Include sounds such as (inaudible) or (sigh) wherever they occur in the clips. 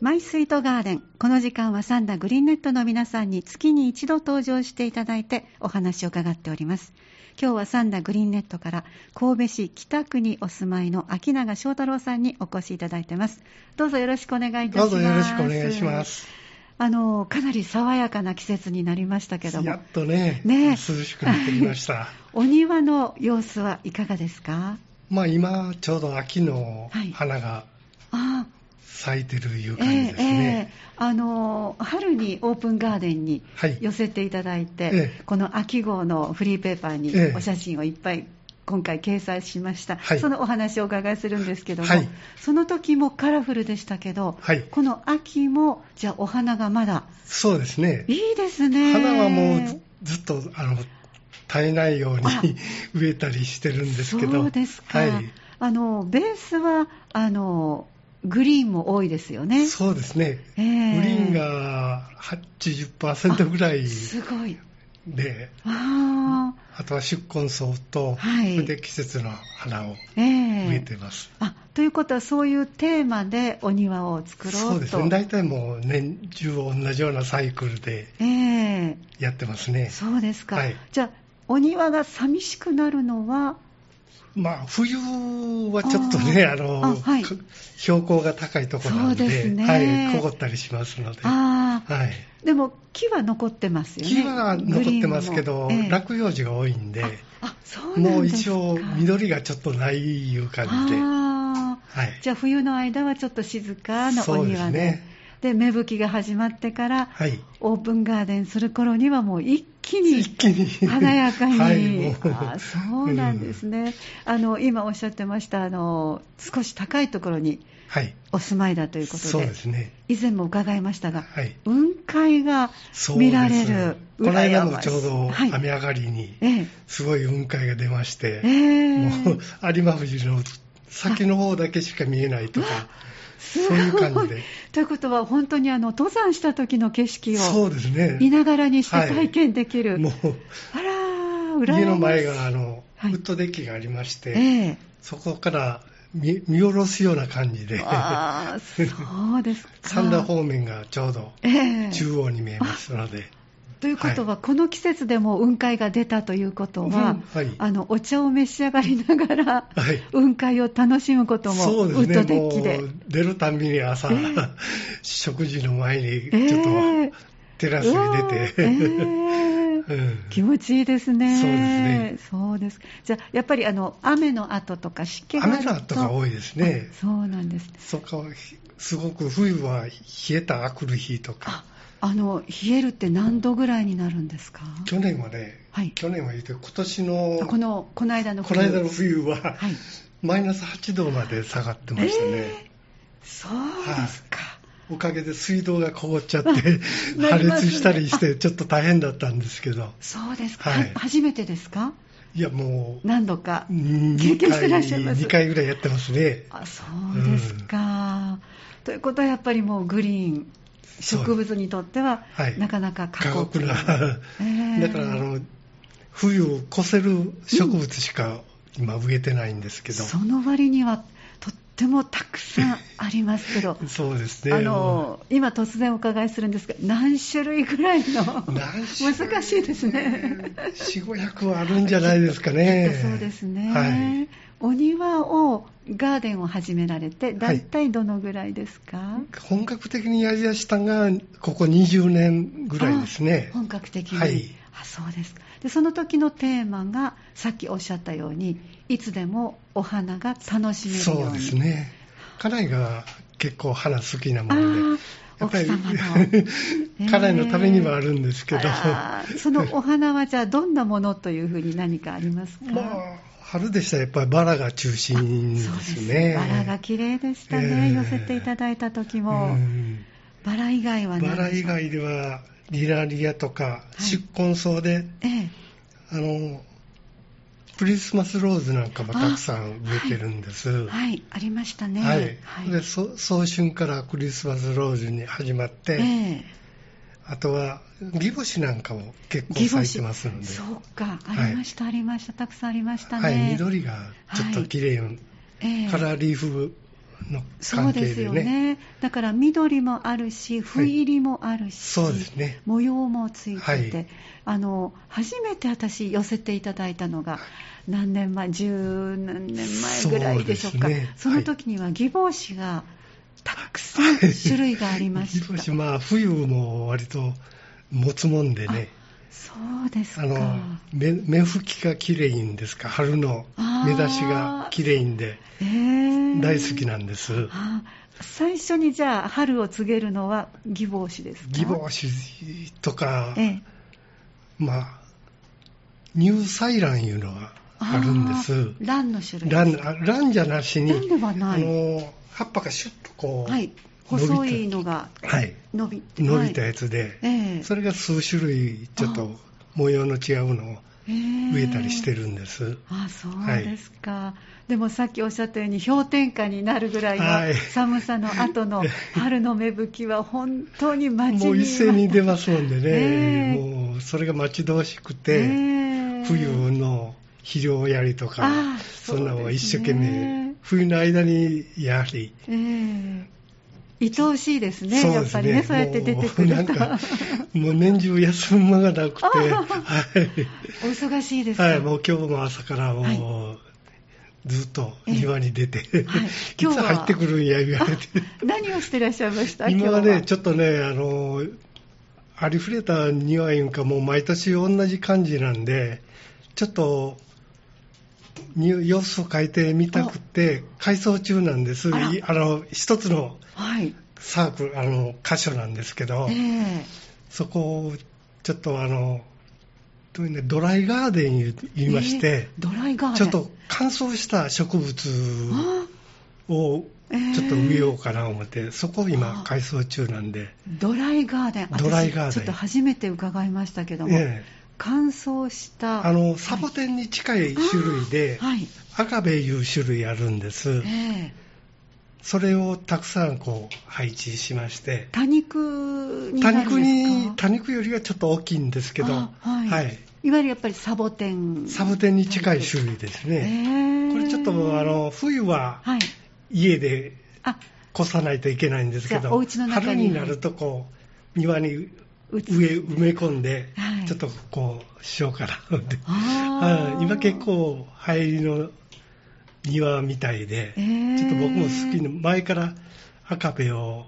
マイスイートガーデン。この時間はサンダグリーンネットの皆さんに月に一度登場していただいてお話を伺っております。今日はサンダグリーンネットから神戸市北区にお住まいの秋永翔太郎さんにお越しいただいてます。どうぞよろしくお願いいたしどまうす。ぞよろしくお願いしま。す。あの、かなり爽やかな季節になりましたけどやもっ、とね、ねえ涼しくなってき (laughs) ました。お庭の様子はいかがですかまあ今、ちょうど秋のはい花があ咲いてるいあう感じですね。えあの春にオープンガーデンにはい寄せていただいて、ええこの秋号のフリーペーパーにええお写真をいっぱい今回掲載しました、はいそのお話をお伺いするんですけども、はいその時もカラフルでしたけど、はいこの秋もじゃあお花がまだそうですね。いいですね花はもうずずっと、あの、絶えないようあに植えたりしてるんですけそど。うですか、はい。あのベースはあのグリーンも多いですよねそうですね。えグえリーンが80%ぐらいすごいで、あああとは宿根草と、はいそれで季節の花をええ植えてます。あということはそういうテーマでお庭を作ろうとそうですね大体もう年中同じようなサイクルでええやってますねそうですか、はいじゃあお庭が寂しくなるのはまあ冬はちょっとねあーあのあはいか標高が高いところなんでそうですねはい、凍ったりしますので、はああい、でも木は残ってますよね木は残ってますけど、グリーンもええ落葉樹が多いんでああそうなもんうです一か応緑がちょっとないいう感じで、ああはい、じゃあ冬の間はちょっと静かなおそうで庭すで、ねで芽吹きが始まってからはいオープンガーデンする頃にはもう一気に一気に華やかに、はいもうあーそうなんですうんね、あの今おっしゃってましたあの少し高いところにはいお住まいだということでそうですね以前も伺いましたが、はい雲海がそう見らでれするこの間羨もましいちょうどはい雨上がりにええすごい雲海が出まして、ええもう (laughs) 有馬富士の先の方だけしか見えないとか、すごそういう感じで (laughs) ということは本当にあの登山した時の景色そをうですね見ながらにしてはい体験できる、もあらー、う羨ましい家の前があの、はいウッドデッキがありまして、ええそこから見見下ろすような感じで三ああ、そう (laughs) ですか。田方面がちょうどええ中央に見えますので、ということは、この季節でも雲海が出たということは、うんはいあのお茶を召し上がりながら、 (laughs) はい雲海を楽しむことも、そうですウッドねデもッキでう。出るたんびに朝、ええ (laughs) 食事の前にええちょっとテラスうわにー出ええて、うん (laughs) 気持ちいいですね。そうですねそうですじゃあ、やっぱりあの雨の後とか湿気がある雨との後が多いですねあそうなんです。そこはすごく冬は冷えたあくる日とあか、あの冷えるって何度ぐらいになるんですか。去年はね、はい。去年は言うて、今年の、このこの間のこの間の冬は、はい。マイナス8度まで下がってましたね。そうですか。おかげで水道が凍っちゃって、 (laughs) な破りますね裂したりして、ちょっと大変だったんですけど、そうですか。はいは初めてですか。いや、もう、何度か。 2経験して回、らっしゃいます2回ぐらいやってますね。あ、そうですか。ということはやっぱりもうグリーンそう植物にとってははいなかなか過過酷酷な。えーだから、あの、冬を越せる植物しか今植えてないんですけど。その割にはとってもたくさんありますけど。そう (laughs) ですね。あの今突然お伺いするんですが何種類ぐらい (laughs) の何種類難しいですね四五百はあるんじゃないですかね。そうですね、はい。お庭をガーデンを始められて大体どのぐらいですか、本格的にやりだしたのがここ20年ぐらいですね。本格的に、はいあそうですかでその時のテーマがさっきおっしゃったようにいつでもお花が楽しめるようにそうですね。家内が結構花好きなもあのーで。奥様の (laughs) 家内のためにはあるんですけど、あらそのお花はじゃあどんなものというふうに何かありますか、まあ、春でしたらやっぱりバラが中心でそうですすね。バラが綺麗でしたね、ええ寄せていただいた時も、うんバラ以外は何でしょバうラ以外ではリラリアとかい宿根草で、ええあのクリスマスローズなんかもたくさん植えてるんです。はいはい、ありましたね。はいでそ早春からクリスマスローズに始まって、ええあとはギボシなんかも結構ギボ咲いシてますので、そうか、はいありました、ありました、たくさんありましたね。はい、緑がちょっと綺麗、ええカラーリーフのそう関で係すでよねね。だから緑もあるし、はい斑入りもあるし、そうですね模様もついてて、はいあの初めて私寄せていただいたのが何年前、十何年前ぐらいでしょうか。そうそですねの時には義母子がたくさん種類がありまし広た。島は冬も割と持つもんでねそうですか。あの目目拭きが綺麗いんですか春の目出しが綺麗いんでえー大好きなんですあ最初にじゃあ春を告げるのは義母子ですか。義母子とか、ええまあ乳採卵いうのがあるんですあーランの種類ラですンあランじゃなしにランではないあの葉っぱがシュッとこう、はい伸びた細いのがはい伸びて伸びたはいやつで、ええそれが数種類ちょっと模様の違うのを植えたりしてるるんです、あそうですか、でもさっきおっしゃったように氷点下になるぐらはいいの寒さの後 (laughs) の春の芽吹きは本当に待ちもう一斉に出まますもんでね、ええもうそれが待ち遠しくすて、冬の肥料やりとか、ああそんなのそうをで一すね生懸命、冬の間にやはり、ええ愛おしいですねそうやでっすぱりねそうやって出てくもうなるんとか、もう年中休む間がなくて、はい (laughs) お忙しいですか、はい、もう今日も朝からもう、ずっと庭に出て、 (laughs) いはい今日つは入ってくるんや言われて、何をしてらっしゃいました今はね、ちょょっとね、あのありふれた庭いうんか、もう毎年同じ感じなんで、ちょっと。に様子を変えてみたくて改装中なんですあらいあの一つのはいサークルあの箇所なんですけど、ええそこをちょっとあのどういうのドライガーデン言う言いまして、えードライガーデンちょっと乾燥した植物あをえーちょっと植えようかな思って、そこを今改装中なんで、ドライガーデン私ドライガーデンちょっと初めて伺いましたけども、ええ乾燥したあのサボテンに近い種類で、はい、赤べいう種類あるんですえ。えそれをたくさんこう配置しまして、多肉にな多るんですか肉に多肉よりはちょっと大きいんですけど、あはいはい、いわゆるやっぱりサボテンサボテンに近い種類ですえね。えこれちょっとあの冬ははい家であ越さないといけないんですじけゃどあお家の中春にになるとこう庭にうつ植え埋め込んで、はいちょっとこうしようかなって、あーはい今結構入りの庭みたいで、ええちょっと僕も好きな前から赤ペを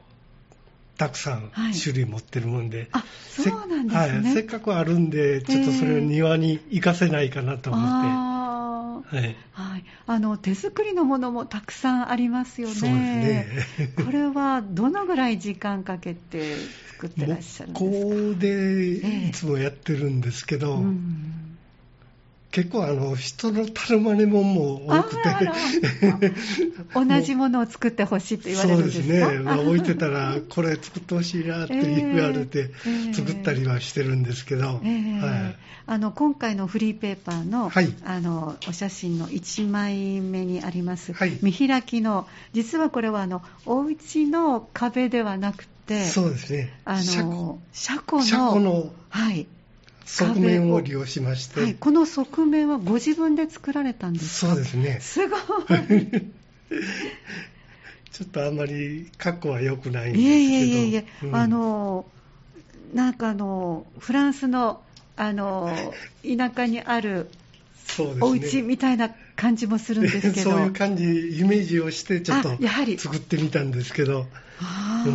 たくさんはい種類持ってるもんで、あせそうなんですね、はい、せっかくあるんでちょっとそれを庭に生かせないかなと思って、あーはい、はい、あの手作りのものもたくさんありますよね。そうですねこれはどのぐらい時間かけて作ってらっしゃるんですか。木工ええでいつもやってるんですけど、うん結構あの人のたるまねもんも多くてあらあ (laughs) ら同じものを作ってほしいって言われそうるんでですすか。ね、まあ、置いてたらこれ作ってほしいなって言われて (laughs) えー作ったりはしてるんですけど、ええはい、あの今回のフリーペーパーの,、はいあのお写真の1枚目にあります、はい見開きの実はこれはあのお家の壁ではなくてそうですねあ車庫の車庫の車庫のはい側面を利用しまして、はい、この側面はご自分で作られたんですそうですねすごいちょっとあんまり格好は良くないんでいすけどえいえいえいえ、うんあのなんかあのフランスのあの田舎にあるそうですねお家みたいな感じもするんですけど (laughs) そういう感じイメージをしてちょっとあやはり作ってみたんですけどあうー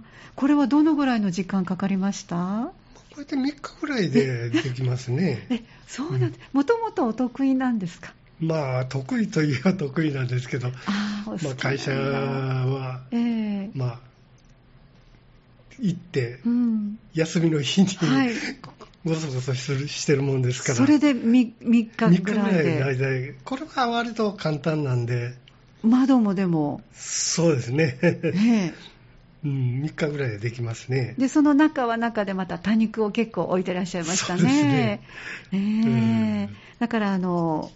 んこれはどのぐらいの時間かかりましたこうやって3日ぐらいでできます (laughs) ねえそうなんですもともとお得意なんですかまあ得意といえば得意なんですけど、まあーお好きあ、なんだ会社はええまあ行ってうん休みの日にはいごそごそするしてるもんですからそれで 3, 3日日ぐぐららいいでの間でこれは割と簡単なんで窓もでも、そうですね、 (laughs) ねうん、3日ぐらいでできますねでその中は中でまた多肉を結構置いてらっしゃいましたそうですねね。ねえうんだからあの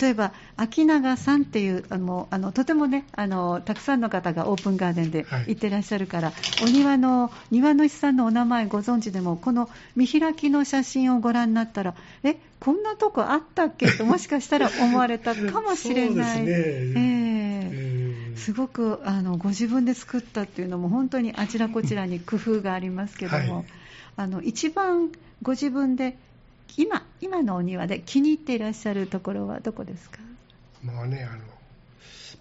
例えば秋永さんっていうあのあのとてもねあのたくさんの方がオープンガーデンではい行ってらっしゃるから、お庭の庭主さんのお名前ご存知でもこの見開きの写真をご覧になったらえこんなと (laughs) こあったっけともしかしたら思われたかもしれない。そうですねええうんうんすごくあのご自分で作ったっていうのも本当にあちらこちらに工夫がありますけども、はいあの一番ご自分で今今のお庭で気に入っていらっしゃるところはどこですかもうねあの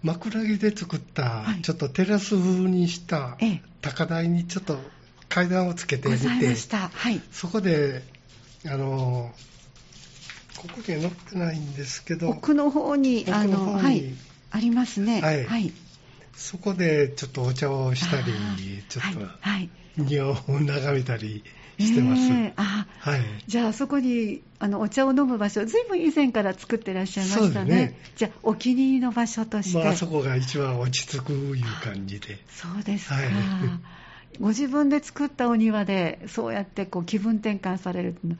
枕木で作ったはいちょっとテラス風にしたええ高台にちょっと階段をつけてごみざいてましたはいそこであのここには載ってないんですけど奥の方にあ奥のの方にはいありますねはいはい、そこでちょっとお茶をしたりあーちょっはい、はいと庭を眺めたりしてます、ええあはいじゃあそこにあのお茶を飲む場所ずいぶん以前から作ってらっしゃいましたそねうですねじゃあお気に入りの場所として、まああそこが一番落ち着くいう感じでそうですか、はいご自分で作ったお庭でそうやってこう気分転換されるっていうのは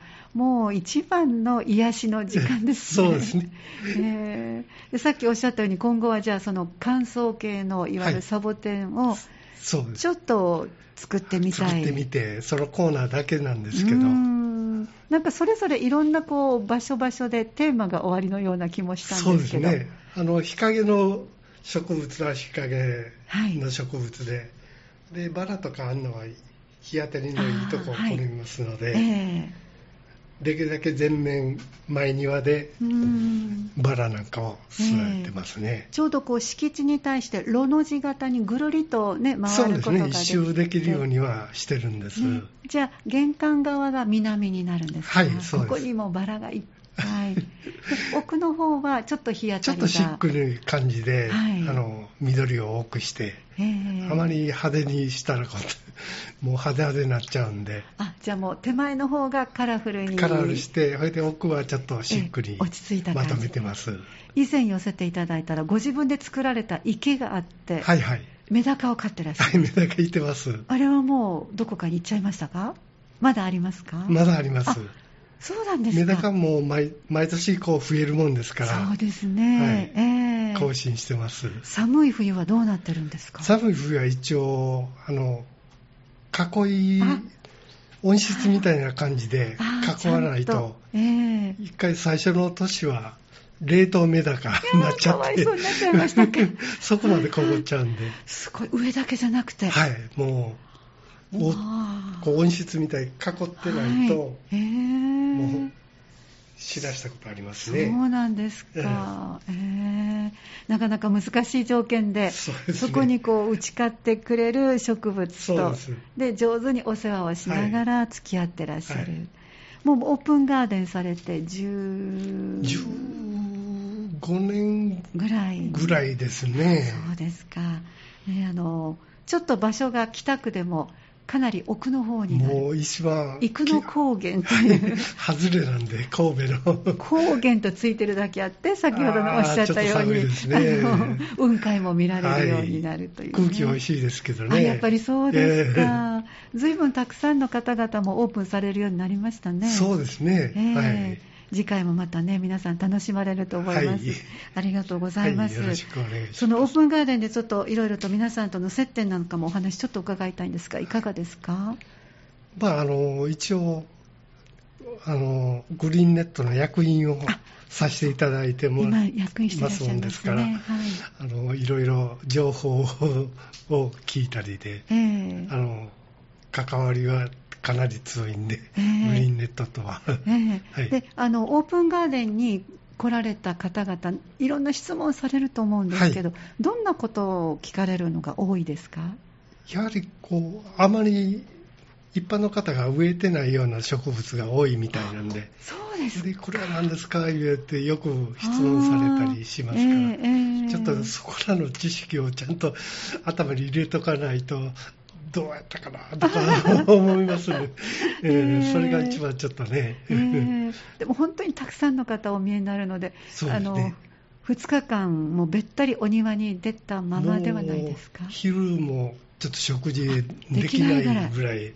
もう一番の癒しの時間ですね (laughs) そうですねえーでさっきおっしゃったように今後はじゃあその乾燥系のいわゆはるいサボテンをそうですちょっと作ってみたい、作ってみてそのコーナーだけなんですけどうーんなんかそれぞれいろんなこう場所場所でテーマが終わりのような気もしたそんうでですすけどねあの日陰の植物は日陰はいの植物で、でバラとかあんのは日当たりのいいとこをあーはい好みますので、えできるだけ全面前庭でえうーんバラなんかを育ててますね、ちょうどこう敷地に対してロの字型にぐるりと、ね、そ回うるでこすとがねでき一て周できるようにはしてるんです、ねじゃあ玄関側が南になるんですかはいそうですここにもバラがいっぱいで奥の方はちょっと日当たりがちょっとシックな感じで、はいあの緑を多くして、ええあまり派手にしたらこうもう (laughs) 派手派手になっちゃうんであじゃあもう手前の方がカラフルにカラールして、それで奥はちょっとシックえにえ落ち着いた感まじとめてます。以前寄せていただいたらご自分で作られた池があって、はいはい。メダカを飼ってらっしゃはる、い、目だけいてます。あれはもうどこかに行っちゃいましたかまだありますか、まだあります。そうなんですかメダカも毎毎年こう増えるもんですかそうら、ですね、ええ更新してます。寒い冬はどうなってるんですか寒い冬は一応、あの、囲いあ、温室みたいな感じであー囲わないちゃんと、ええ一回最初の年は冷凍メダカになっちゃかわっいてそうになっちゃいましたか (laughs) そこまで凍っちゃうん (laughs) で、すごい上だけじゃなくてはいい、もう、おこう温室みたいに囲ってないと、ええもう知らしたことありまそすうね。なんですか、ええなかなか難しい条件でそうですねそこにこう打ち勝ってくれる植物そうとですで上手にお世話をしながら付き合ってらっしゃる、はいもうオープンガーデンされて10 15年ぐらいぐらいですね。そうですか、ね、あのちょっと場所が北区でもかなり奥の方になもるう一番、生野高原ときいう (laughs) 外れなんで、神戸の。 (laughs) 高原とついてるだけあって先ほどのおっしゃったようあーちょっと寒いにですねあの雲海も見られるようになるという、ね空気美味しいですけどあね。やっぱりそうですえか、ずいぶんたくさんの方々もオープンされるようになりましたえね。そうですね。ええ次回もまたね皆さん楽しまれると思います、はいありがとうござはいい。はまい。す、よろしくお願いしそまのオープンガーデンでちょっといろいろと皆さんとの接点なんかもお話ちょっと伺いたいんですがいかがですかす。まあ、あの、一応、あの、グリーンネットの役員をさせていただいても、今役員してらっしゃいいますもんまですすねからはいあの、いろいろ情報をを聞いたりで、ええあの関わりはかなり強いんで、ええグリーンネットとは。ええはいであのオープンガーデンに来られた方々いろんな質問されると思うんですけど、どんなことを聞かれるのが多いですかやはりこう、あまり一般の方が植えてないような植物が多いみたいなんで、そうですでこれは何ですか言ってよく質問されたりしますから。あーええちょっとそこらの知識をちゃんと頭に入れとかないと、どうやったかなとか思いますね、ええええそれが一番ちょっとね、ええでも本当にたくさんの方お見えになるので、そうであすのね2日間、もうべったりお庭に出たままではないですかもう。昼もちょっと食事できないできないぐらい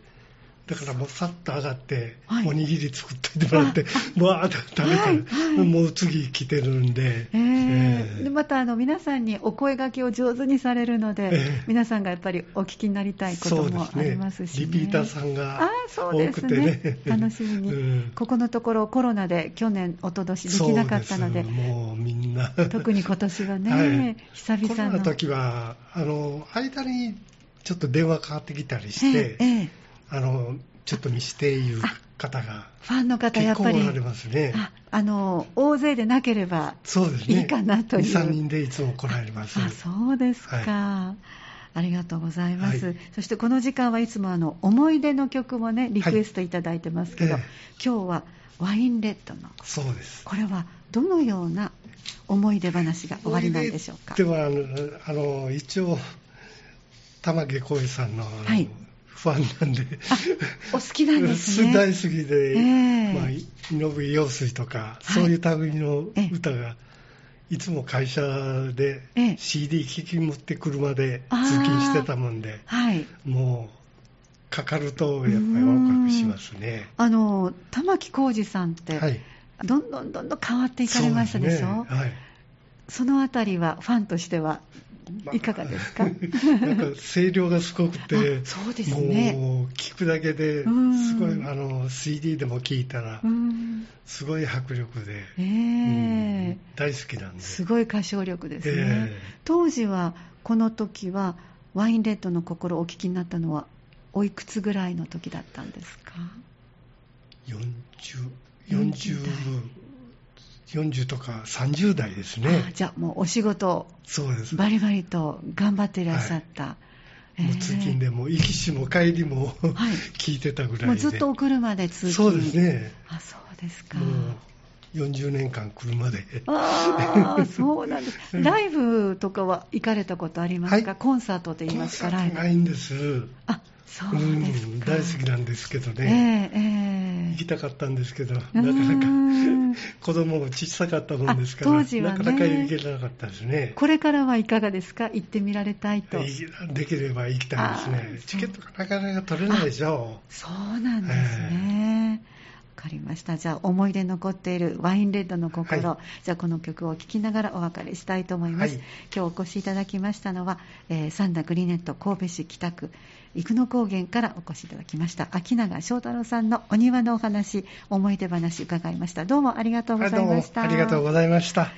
だからもうさっと上がって、はいおにぎり作っといてもらって、 (laughs) わーっと食べたら、はいはいもう次来てるんで、えーえでまたあの皆さんにお声掛けを上手にされるので、ええ皆さんがやっぱりお聞きになりたいこそとうでもすありますし、ねね、リピーターさんがあーそう多ですくてねね、楽しみに、うんここのところコロナで去年おととしできなかったのでそうすもうみんな、特に今年はね、はい久コロ々ナのの時はあの間にちょっと電話かかってきたりえして、えええあのちょっと見していう方がファンの方や結っぱ構りおられますね。ああの大勢でなければそうですいね。いかなという2、3人でいつも来られます。あそうですか、ありがとうございます、はいそしてこの時間はいつもあの思い出の曲もねリクエストいただいてますけど、はいえ今日はワインレッドのそうです。これはどのような思い出話が終わりなんでしょうかではあのあの一応玉木浩二さんのあのはいファンなんで、お好きなんです (laughs) ね大好きで、ええまあ井上陽水とか、はいそういう類のええ歌が。いつも会社でええ CD 聴き持って車であー通勤してたもんで、はいもうかかるとやっぱりワクワクしますね。あの玉置浩二さんって、はい。どんどんどんどん変わっていかれましたでしょそうすねはい。そのあたりはファンとしてはまあいかがですかなんか声量がすごくて (laughs) あ、そうですねもう聞くだけでうんすごいあの CD でも聞いたらうーんすごい迫力で、ええうん大好きなんで。すごい歌唱力ですね、ええ当時はこの時はワインレッドの心をお聞きになったのはおいくつぐらいの時だったんですか40 40 40とか30代ですあね。じゃあもうお仕事そうです。もバリバリと頑張っていらっしゃった、えうえ通勤でも行きしも帰りもはい聞いてたぐらいで。もうずっとお車で通勤そうですね。あそうですか、もう40年間車で。ああ、そうなんです。ライブとかは行かれたことありますか、はいコンサートと言いますか、コンサライートブ。ないんです。あ、そううですか。ん、大好きなんですけどえね、えええ行きたかったんですけど、なうかなか (laughs) ーん子供も小さかったもんですかあら、当時はねなかなか行けなかったですね。これからはいかがですか行ってみられたいと。いできれば行きたいであーすそうね。チケットがなかなか取れないでしょそうなんですね。わかりました。じゃあ、思い出残っているワインレッドの心、はじゃあ、この曲を聴きながらお別れしたいと思います。はい今日お越しいただきましたのは、えー、サンダグリネット神戸市北区、生野高原からお越しいただきました、秋永翔太郎さんのお庭のお話、思い出話伺いました。どうもありがとうございました。あどうもありがとうございました。